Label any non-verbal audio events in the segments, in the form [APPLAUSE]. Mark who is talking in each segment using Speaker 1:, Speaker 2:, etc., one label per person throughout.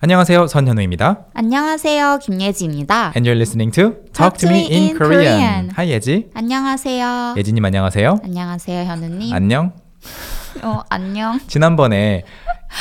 Speaker 1: 안녕하세요. 선현우입니다.
Speaker 2: 안녕하세요. 김예지입니다.
Speaker 1: And you're listening to Talk, to Me in Korean. 어? 하이 예지.
Speaker 2: 안녕하세요.
Speaker 1: 예지님 안녕하세요.
Speaker 2: 안녕하세요, 현우님.
Speaker 1: 네. 안녕.
Speaker 2: 어, 안녕.
Speaker 1: 지난번에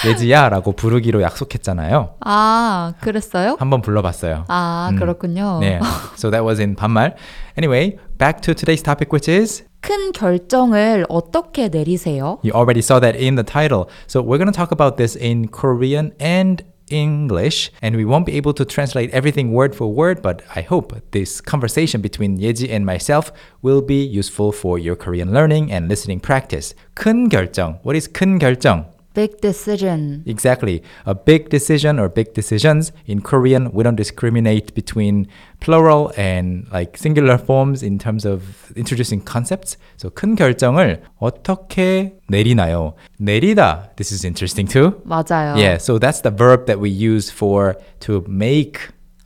Speaker 1: 예지야라고 부르기로 약속했잖아요.
Speaker 2: 아, 그랬어요?
Speaker 1: 한번 불러봤어요.
Speaker 2: 아,
Speaker 1: 음.
Speaker 2: 그렇군요.
Speaker 1: 네. So that was in 반말. Anyway, back to today's topic, which is
Speaker 2: 큰 결정을 어떻게 내리세요?
Speaker 1: you already saw that in the title. So we're going to talk about this in Korean and English, and we won't be able to translate everything word for word, but I hope this conversation between Yeji and myself will be useful for your Korean learning and listening practice. 큰 결정. What is 큰 결정?
Speaker 2: Big decision.
Speaker 1: Exactly. A big decision or big decisions. In Korean, we don't discriminate between plural and like singular forms in terms of introducing concepts. So 큰 결정을 어떻게 내리나요? 내리다. This is interesting too.
Speaker 2: 맞아요.
Speaker 1: Yeah, so that's the verb that we use for to make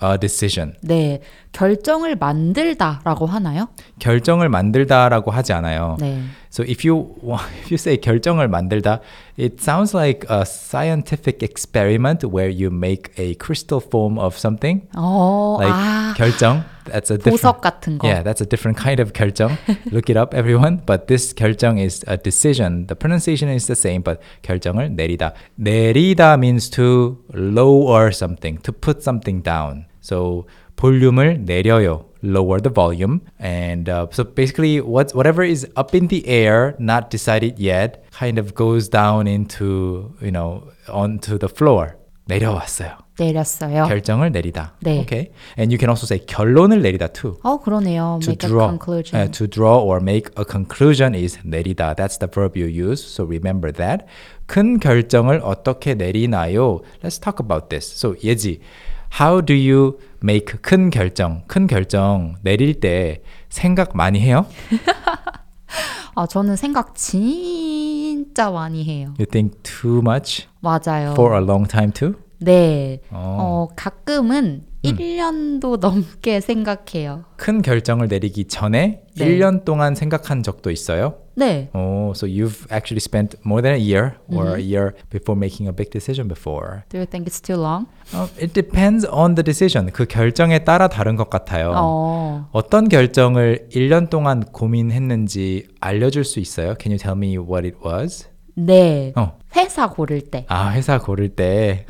Speaker 1: a decision.
Speaker 2: 네. 결정을 만들다라고 하나요?
Speaker 1: 결정을 만들다라고 하지 않아요.
Speaker 2: 네.
Speaker 1: So if you [LAUGHS] wa- if you say 결정을 만들다, it sounds like a scientific experiment where you make a crystal form of something.
Speaker 2: 어,
Speaker 1: Like
Speaker 2: 아.
Speaker 1: 결정. That's a
Speaker 2: 보석
Speaker 1: different
Speaker 2: 같은 거.
Speaker 1: Yeah, that's a different kind of 결정. Look it up everyone. But this 결정 is a decision. The pronunciation is the same, but 결정을 내리다. 내리다 means to lower something, to put something down. So 볼륨을 내려요. Lower the volume, and uh, so basically, what whatever is up in the air, not decided yet, kind of goes down into you know onto the floor. 내려왔어요.
Speaker 2: 내렸어요.
Speaker 1: 결정을 내리다.
Speaker 2: 네.
Speaker 1: Okay. And you can also say 결론을 내리다 too.
Speaker 2: 어, 그러네요.
Speaker 1: To
Speaker 2: Make a
Speaker 1: draw,
Speaker 2: conclusion.
Speaker 1: uh, to draw or make a conclusion is 내리다. That's the verb you use. So remember that. 큰 결정을 어떻게 내리나요? Let's talk about this. So 예지, how do you make 큰 결정? 큰 결정 내릴 때 생각 많이 해요? 네.
Speaker 2: 아, 저는 생각 진짜 많이 해요.
Speaker 1: You think too much
Speaker 2: 맞아요.
Speaker 1: for a long time too?
Speaker 2: 네.
Speaker 1: 어.
Speaker 2: 어, 가끔은 1년도 넘게 생각해요.
Speaker 1: 큰 결정을 내리기 전에
Speaker 2: 네.
Speaker 1: 1년 동안 생각한 적도 있어요?
Speaker 2: 네.
Speaker 1: Oh, so you've actually spent more than a year or a
Speaker 2: Mm-hmm.
Speaker 1: year before making a big decision before.
Speaker 2: Do you think it's too long?
Speaker 1: Uh, it depends on the decision. 그 결정에 따라 다른 것 같아요.
Speaker 2: 어.
Speaker 1: 어떤 결정을 1년 동안 고민했는지 알려줄 수 있어요? Can you tell me what it was?
Speaker 2: 네.
Speaker 1: 어.
Speaker 2: 회사 고를 때
Speaker 1: 아, 회사 고를 때.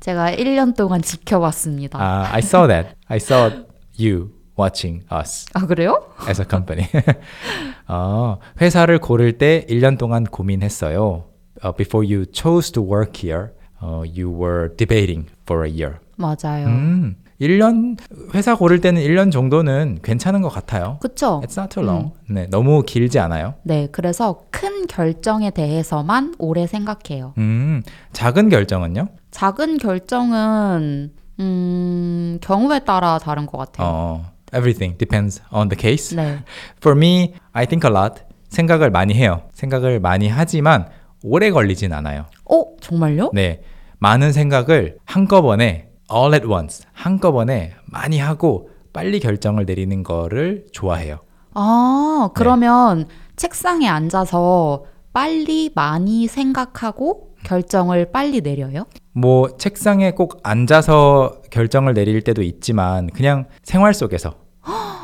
Speaker 2: 제가 1년 동안 지켜왔습니다. 아,
Speaker 1: 아, I saw that. I saw you watching us
Speaker 2: 아, 그래요?
Speaker 1: as a company. [LAUGHS] 아, 회사를 고를 때 1년 동안 고민했어요. Uh, before you chose to work here, uh, you were debating for a year.
Speaker 2: 맞아요.
Speaker 1: 음, 1년 회사 고를 때는 1년 정도는 괜찮은 것 같아요.
Speaker 2: 그쵸?
Speaker 1: It's not too long. 네, 너무 길지 않아요.
Speaker 2: 네. 그래서 큰 결정에 대해서만 오래 생각해요.
Speaker 1: 음, 작은 결정은요?
Speaker 2: 네. 작은 결정은 음, 경우에 따라 다른 것 같아요.
Speaker 1: 어, everything depends on the case.
Speaker 2: 네.
Speaker 1: For me, I think a lot. 생각을 많이 해요. 생각을 많이 하지만 오래 걸리진 않아요.
Speaker 2: 어, 정말요?
Speaker 1: 네. 많은 생각을 한꺼번에 all at once 한꺼번에 많이 하고 빨리 결정을 내리는 거를 좋아해요.
Speaker 2: 아, 그러면 책상에 앉아서 빨리 많이 생각하고 결정을 빨리 내려요?
Speaker 1: 뭐 책상에 꼭 앉아서 결정을 내릴 때도 있지만 그냥 생활 속에서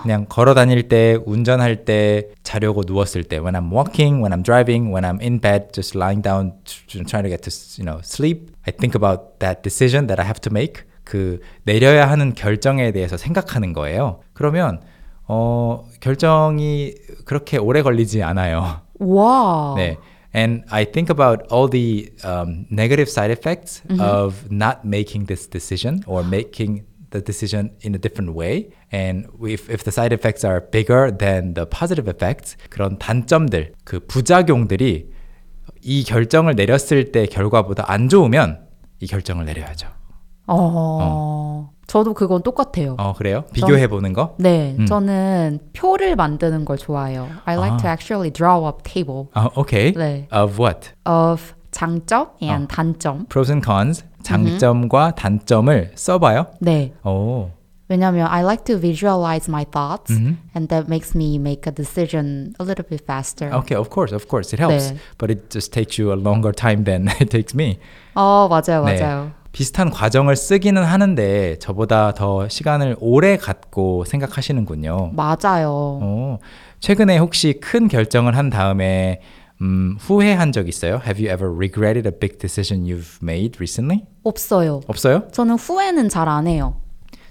Speaker 1: 그냥 걸어 다닐 때, 운전할 때, 자려고 누웠을 때 when I'm walking, when I'm driving, when I'm in bed just lying down tr- trying to get to you know sleep, I think about that decision that I have to make. 그 내려야 하는 결정에 대해서 생각하는 거예요. 그러면 어 결정이 그렇게 오래 걸리지 않아요.
Speaker 2: 와.
Speaker 1: 네. And I think about all the um, negative side effects of not making this decision or making the decision in a different way. And if, if the side effects are bigger than the positive effects, 그런 단점들, 그 부작용들이 이 결정을 내렸을 때 결과보다 안 좋으면 이 결정을 내려야죠.
Speaker 2: 어. 저도 그건 똑같아요.
Speaker 1: 어, 그래요? 비교해 보는 거?
Speaker 2: 네,
Speaker 1: 음.
Speaker 2: 저는 표를 만드는 걸 좋아해요. I like
Speaker 1: 아.
Speaker 2: to actually draw up table
Speaker 1: 아, 오케이.
Speaker 2: 네.
Speaker 1: Of what?
Speaker 2: of 장점 and
Speaker 1: 어.
Speaker 2: 단점.
Speaker 1: Pros and cons, 장점과 단점을 써봐요.
Speaker 2: 네,
Speaker 1: 오.
Speaker 2: 왜냐면 I like to visualize my thoughts and that makes me make a decision a little bit faster.
Speaker 1: Okay, of course, of course, it helps.
Speaker 2: 네.
Speaker 1: [LAUGHS] But it just takes you a longer time than it takes me.
Speaker 2: 어, 맞아요,
Speaker 1: 네.
Speaker 2: 맞아요.
Speaker 1: 비슷한 과정을 쓰기는 하는데 저보다 더 시간을 오래 갖고 생각하시는군요.
Speaker 2: 맞아요.
Speaker 1: 어, 최근에 혹시 큰 결정을 한 다음에 음, 후회한 적 있어요? Have you ever regretted a big decision you've made recently?
Speaker 2: 없어요.
Speaker 1: 없어요?
Speaker 2: 저는 후회는 잘 안 해요.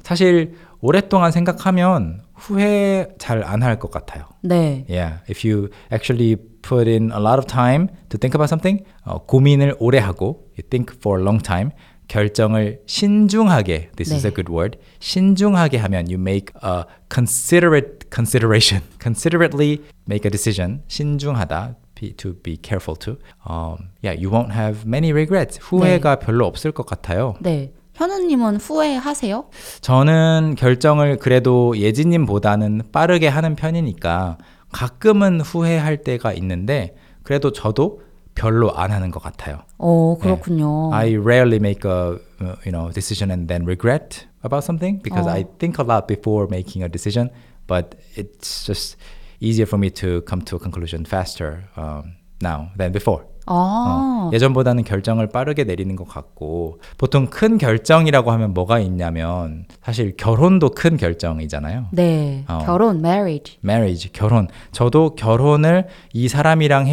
Speaker 1: 사실 오랫동안 생각하면 후회 잘 안 할 것 같아요.
Speaker 2: 네.
Speaker 1: Yeah, if you actually put in a lot of time to think about something, 어, 고민을 오래 하고, you think for a long time, 결정을 신중하게, this is
Speaker 2: 네.
Speaker 1: a good word, 신중하게 하면 you make a considerate consideration, [LAUGHS] considerately make a decision, 신중하다, be, to be careful to. Um, yeah, you won't have many regrets. 후회가 별로 없을 것 같아요.
Speaker 2: 네. 현우님은 후회하세요?
Speaker 1: 저는 결정을 그래도 예지님보다는 빠르게 하는 편이니까 가끔은 후회할 때가 있는데 그래도 저도 별로 안 하는 것 같아요.
Speaker 2: 어, 그렇군요.
Speaker 1: I rarely make a uh, you know decision and then regret about something because
Speaker 2: 어.
Speaker 1: I think a lot before making a decision, but it's just easier for me to come to a conclusion faster um, now than before.
Speaker 2: 아,
Speaker 1: 어, 예전보다는 결정을 빠르게 내리는 것 같고 보통 큰 결정이라고 하면 뭐가 있냐면 사실 결혼도 큰 결정이잖아요.
Speaker 2: 네.
Speaker 1: 어.
Speaker 2: 결혼, marriage.
Speaker 1: marriage 결혼 저도 결혼을 이 사람이랑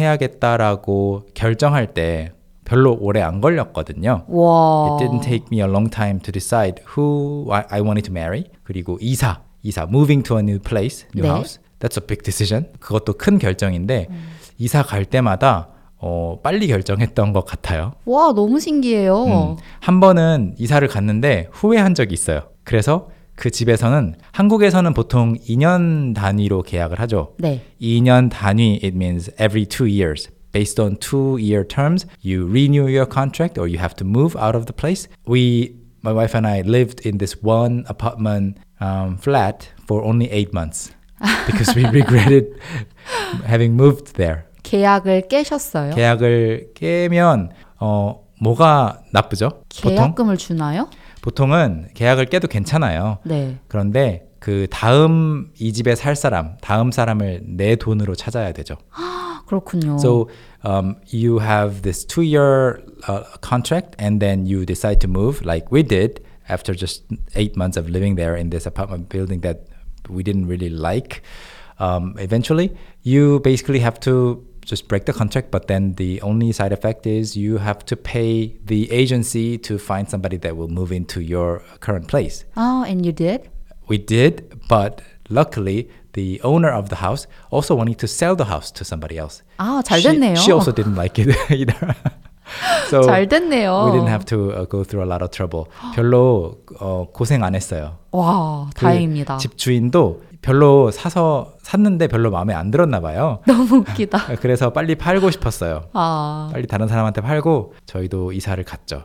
Speaker 1: 해야겠다라고 결정할 때 별로 오래 안 걸렸거든요.
Speaker 2: 와.
Speaker 1: It didn't take me a long time to decide who I I wanted to marry. 그리고 이사, 이사, moving to a new place, new
Speaker 2: 네.
Speaker 1: house. That's a big decision. 그것도 큰 결정인데 이사 갈 때마다 어, 빨리 결정했던 것 같아요.
Speaker 2: 와, 너무 신기해요.
Speaker 1: 음, 한 번은 이사를 갔는데 후회한 적이 있어요. 그래서 그 집에서는 한국에서는 보통 2년 단위로 계약을 하죠.
Speaker 2: 네.
Speaker 1: 2년 단위 it means every two years. Based on two year terms, you renew your contract or you have to move out of the place. We, my wife and I, lived in this one apartment um, flat for only eight months
Speaker 2: [LAUGHS]
Speaker 1: because we regretted having moved there.
Speaker 2: 계약을 깨셨어요?
Speaker 1: 계약을 깨면 어, 뭐가 나쁘죠? 보통
Speaker 2: 계약금을 주나요?
Speaker 1: 보통은 계약을 깨도 괜찮아요.
Speaker 2: 네.
Speaker 1: 그런데 그 다음 이 집에 살 사람, 다음 사람을 내 돈으로 찾아야 되죠.
Speaker 2: 아, 그렇군요.
Speaker 1: So um, you have this two-year uh, contract, and then you decide to move, like we did after just eight months of living there in this apartment building that we didn't really like. Um, eventually, you basically have to just break the contract, but then the only side effect is you have to pay the agency to find somebody that will move into your current place.
Speaker 2: 아, and you did?
Speaker 1: We did, but luckily the owner of the house also wanted to sell the house to somebody else.
Speaker 2: 아, 잘
Speaker 1: She-
Speaker 2: 됐네요.
Speaker 1: She, also didn't like it [LAUGHS] either. so
Speaker 2: 잘 됐네요. 어.
Speaker 1: we didn't have to uh, go through a lot of trouble. 별로 어, 고생 안 했어요.
Speaker 2: 와,
Speaker 1: 그
Speaker 2: 다행입니다.
Speaker 1: 집주인도 별로 사서 샀는데 별로 마음에 안 들었나 봐요.
Speaker 2: [LAUGHS] 너무 웃기다.
Speaker 1: 그래서 빨리 팔고 싶었어요.
Speaker 2: 아,
Speaker 1: 빨리 다른 사람한테 팔고 저희도 이사를 갔죠.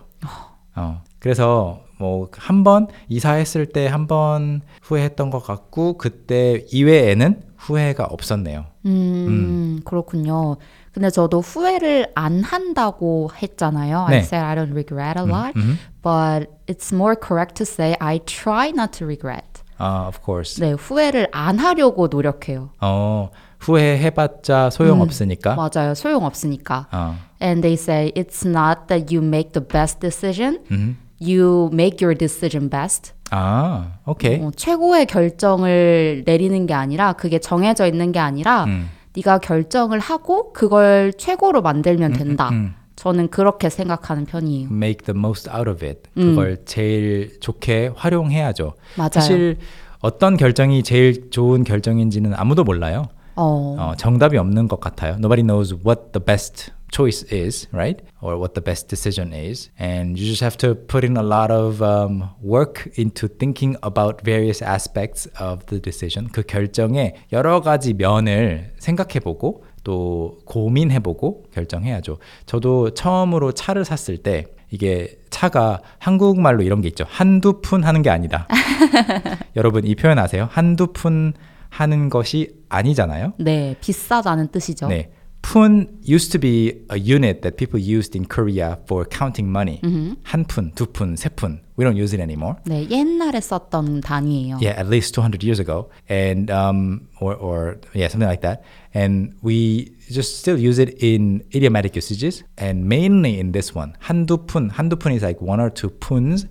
Speaker 1: 어. 그래서 뭐 한 번 이사했을 때 한 번 후회했던 것 같고 그때 이외에는 후회가 없었네요.
Speaker 2: 음, 그렇군요. 근데 저도 후회를 안 한다고 했잖아요. I
Speaker 1: 네.
Speaker 2: said I don't regret a lot,
Speaker 1: 음.
Speaker 2: but it's more correct to say I try not to regret.
Speaker 1: 아, of course.
Speaker 2: 네, 후회를 안 하려고 노력해요.
Speaker 1: 어, 후회해봤자
Speaker 2: 음.
Speaker 1: 소용없으니까.
Speaker 2: 맞아요. 소용없으니까.
Speaker 1: 어.
Speaker 2: And they say it's not that you make the best decision.
Speaker 1: 음.
Speaker 2: You make your decision best.
Speaker 1: 아, 오케이.
Speaker 2: 어, 최고의 결정을 내리는 게 아니라 그게 정해져 있는 게 아니라
Speaker 1: 음.
Speaker 2: 네가 결정을 하고 그걸 최고로
Speaker 1: 음,
Speaker 2: 만들면 된다. 저는 그렇게 생각하는 편이에요.
Speaker 1: Make the most out of it. 그걸 제일 좋게 활용해야죠.
Speaker 2: 음. 맞아요.
Speaker 1: 사실 어떤 결정이 제일 좋은 결정인지는 아무도 몰라요.
Speaker 2: 어,
Speaker 1: 어, 정답이 없는 것 같아요. Nobody knows what the best choice is, right? Or what the best decision is. And you just have to put in a lot of um, work into thinking about various aspects of the decision. 그 결정의 여러 가지 면을 생각해보고 또 고민해보고 결정해야죠. 저도 처음으로 차를 샀을 때 이게 차가 한국말로 이런 게 있죠. 한두 푼 하는 게 아니다. 여러분 이 표현 아세요? 한두 푼 하는 것이 아니잖아요.
Speaker 2: 네, 비싸다는 뜻이죠.
Speaker 1: 네. 푼 used to be a unit that people used in Korea for counting money.
Speaker 2: Mm-hmm.
Speaker 1: 한 푼, 두 푼, 세 푼. We don't use it anymore.
Speaker 2: 네, 옛날에 썼던 단위예요.
Speaker 1: Yeah, at least 200 years ago, and um, or, or yeah, something like that. And we just still use it in idiomatic usages, and mainly in this one, 한두 푼. 한두 푼 is like one or two puns.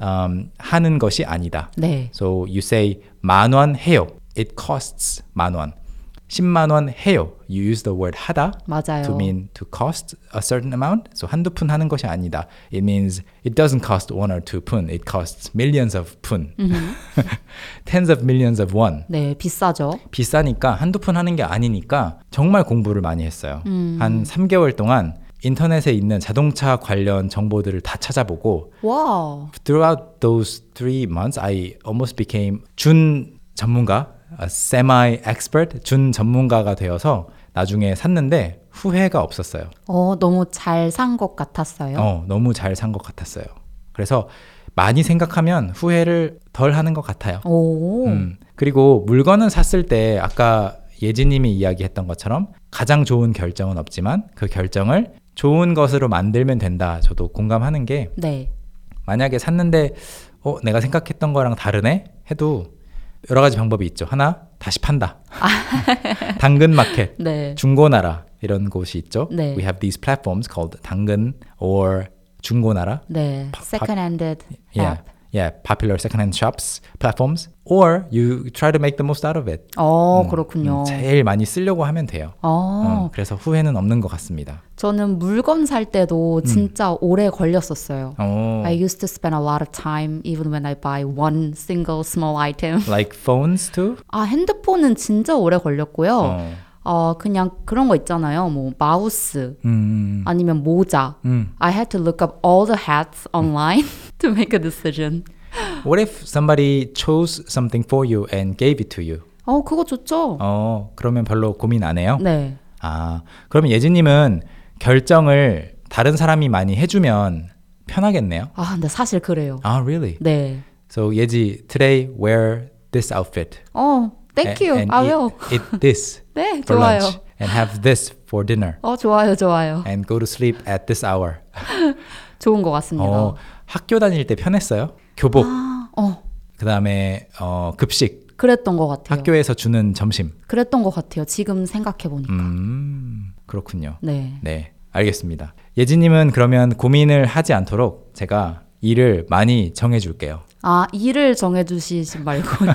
Speaker 1: Um, 하는 것이 아니다.
Speaker 2: 네.
Speaker 1: So you say 만원 해요. It costs 만원. 10만 원 해요. You use the word 하다
Speaker 2: 맞아요.
Speaker 1: to mean to cost a certain amount. So 한두 푼 하는 것이 아니다. It means it doesn't cost one or two 푼. It costs millions of 푼.
Speaker 2: Mm-hmm.
Speaker 1: [LAUGHS] Tens of millions of won.
Speaker 2: 네, 비싸죠.
Speaker 1: 비싸니까 한두 푼 하는 게 아니니까 정말 공부를 많이 했어요.
Speaker 2: 음.
Speaker 1: 한 3개월 동안 인터넷에 있는 자동차 관련 정보들을 다 찾아보고
Speaker 2: 와.
Speaker 1: throughout those three months, I almost became 준 전문가, a semi expert, 준 전문가가 되어서 나중에 샀는데 후회가 없었어요.
Speaker 2: 어, 너무 잘 산 것 같았어요.
Speaker 1: 어, 너무 잘 산 것 같았어요. 그래서 많이 생각하면 후회를 덜 하는 것 같아요.
Speaker 2: 어. 오.
Speaker 1: 음, 그리고 물건을 샀을 때 아까 예지님이 이야기했던 것처럼 가장 좋은 결정은 없지만 그 결정을 좋은 것으로 만들면 된다. 저도 공감하는 게
Speaker 2: 네.
Speaker 1: 만약에 샀는데 어 내가 생각했던 거랑 다르네 해도 여러 가지 방법이 있죠. 하나 다시
Speaker 2: [LAUGHS]
Speaker 1: 판다. 당근 마켓,
Speaker 2: 네.
Speaker 1: 중고나라 이런 곳이 있죠.
Speaker 2: 네.
Speaker 1: We have these platforms called 당근 or 중고나라.
Speaker 2: 네. 아, second handed
Speaker 1: Yeah.
Speaker 2: app.
Speaker 1: Yeah, popular secondhand shops platforms, or you try to make the most out of it.
Speaker 2: 어,
Speaker 1: 음,
Speaker 2: 그렇군요.
Speaker 1: 제일 많이 쓰려고 하면 돼요.
Speaker 2: 어,
Speaker 1: 음, 그래서 후회는 없는 것 같습니다.
Speaker 2: 저는 물건 살 때도 진짜 오래 걸렸었어요.
Speaker 1: 음. 어,
Speaker 2: I used to spend a lot of time even when I buy one single small item.
Speaker 1: like phones too.
Speaker 2: 아, 핸드폰은 진짜 오래 걸렸고요. 어.
Speaker 1: 어,
Speaker 2: 그냥 그런 거 있잖아요. 뭐 마우스
Speaker 1: 음,
Speaker 2: 아니면 모자.
Speaker 1: 음.
Speaker 2: I had to look up all the hats online [LAUGHS] to make a decision.
Speaker 1: What if somebody chose something for you and gave it to you?
Speaker 2: 어, 그거 좋죠.
Speaker 1: 어, 그러면 별로 고민 안 해요?
Speaker 2: 네.
Speaker 1: 아, 그러면 예진님은 결정을 다른 사람이 많이 해주면 편하겠네요.
Speaker 2: 아, 근데 사실 그래요.
Speaker 1: 아, really?
Speaker 2: 네.
Speaker 1: So 예지, today wear this outfit.
Speaker 2: 어, thank you.
Speaker 1: And
Speaker 2: I
Speaker 1: eat-
Speaker 2: will.
Speaker 1: Eat
Speaker 2: [LAUGHS]
Speaker 1: this
Speaker 2: 네,
Speaker 1: for
Speaker 2: 좋아요.
Speaker 1: lunch and have this for dinner
Speaker 2: 어, 좋아요, 좋아요.
Speaker 1: and go to sleep at this hour.
Speaker 2: 아. 좋은 것 같습니다.
Speaker 1: 어,
Speaker 2: 어,
Speaker 1: 학교 다닐 때 편했어요? 교복,
Speaker 2: 어
Speaker 1: 그다음에 어, 급식,
Speaker 2: 그랬던 것 같아요.
Speaker 1: 학교에서 주는 점심.
Speaker 2: 그랬던 것 같아요. 지금 생각해 보니까.
Speaker 1: 음, 그렇군요.
Speaker 2: 네.
Speaker 1: 네, 알겠습니다. 예지님은 그러면 고민을 하지 않도록 제가 일을 많이 정해줄게요.
Speaker 2: 아 일을 정해주시지
Speaker 1: [LAUGHS]
Speaker 2: 말고요.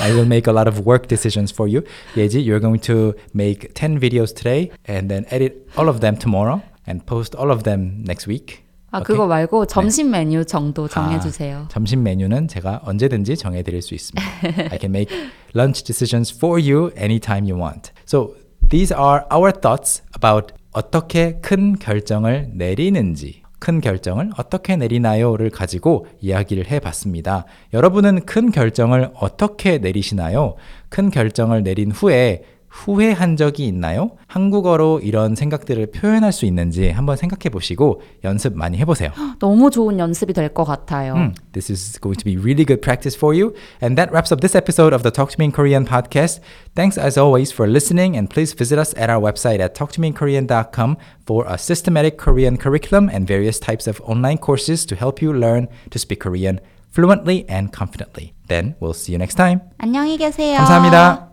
Speaker 1: I will make a lot of work decisions for you. 예지, you're going to make 10 videos today and then edit all of them tomorrow and post all of them next week.
Speaker 2: 아
Speaker 1: 오케이? 네.
Speaker 2: 그거 말고 점심 메뉴 정도
Speaker 1: 아,
Speaker 2: 정해주세요.
Speaker 1: 점심 메뉴는 제가 언제든지 정해드릴 수 있습니다. I can make lunch decisions for you anytime you want. So these are our thoughts about 어떻게 큰 결정을 내리는지. 큰 결정을 어떻게 내리나요를 가지고 이야기를 해봤습니다. 여러분은 큰 결정을 어떻게 내리시나요? 큰 결정을 내린 후에 후회한 적이 있나요? 한국어로 이런 생각들을 표현할 수 있는지 한번 생각해 보시고 연습 많이 해보세요.
Speaker 2: 너무 좋은 연습이 될 것 같아요.
Speaker 1: Mm, This is going to be really good practice for you. And that wraps up this episode of the Talk to Me in Korean podcast. Thanks as always for listening, and please visit us at our website at talktomeinkorean.com for a systematic Korean curriculum and various types of online courses to help you learn to speak Korean fluently and confidently. Then we'll see you next time.
Speaker 2: 안녕히 계세요.
Speaker 1: 감사합니다.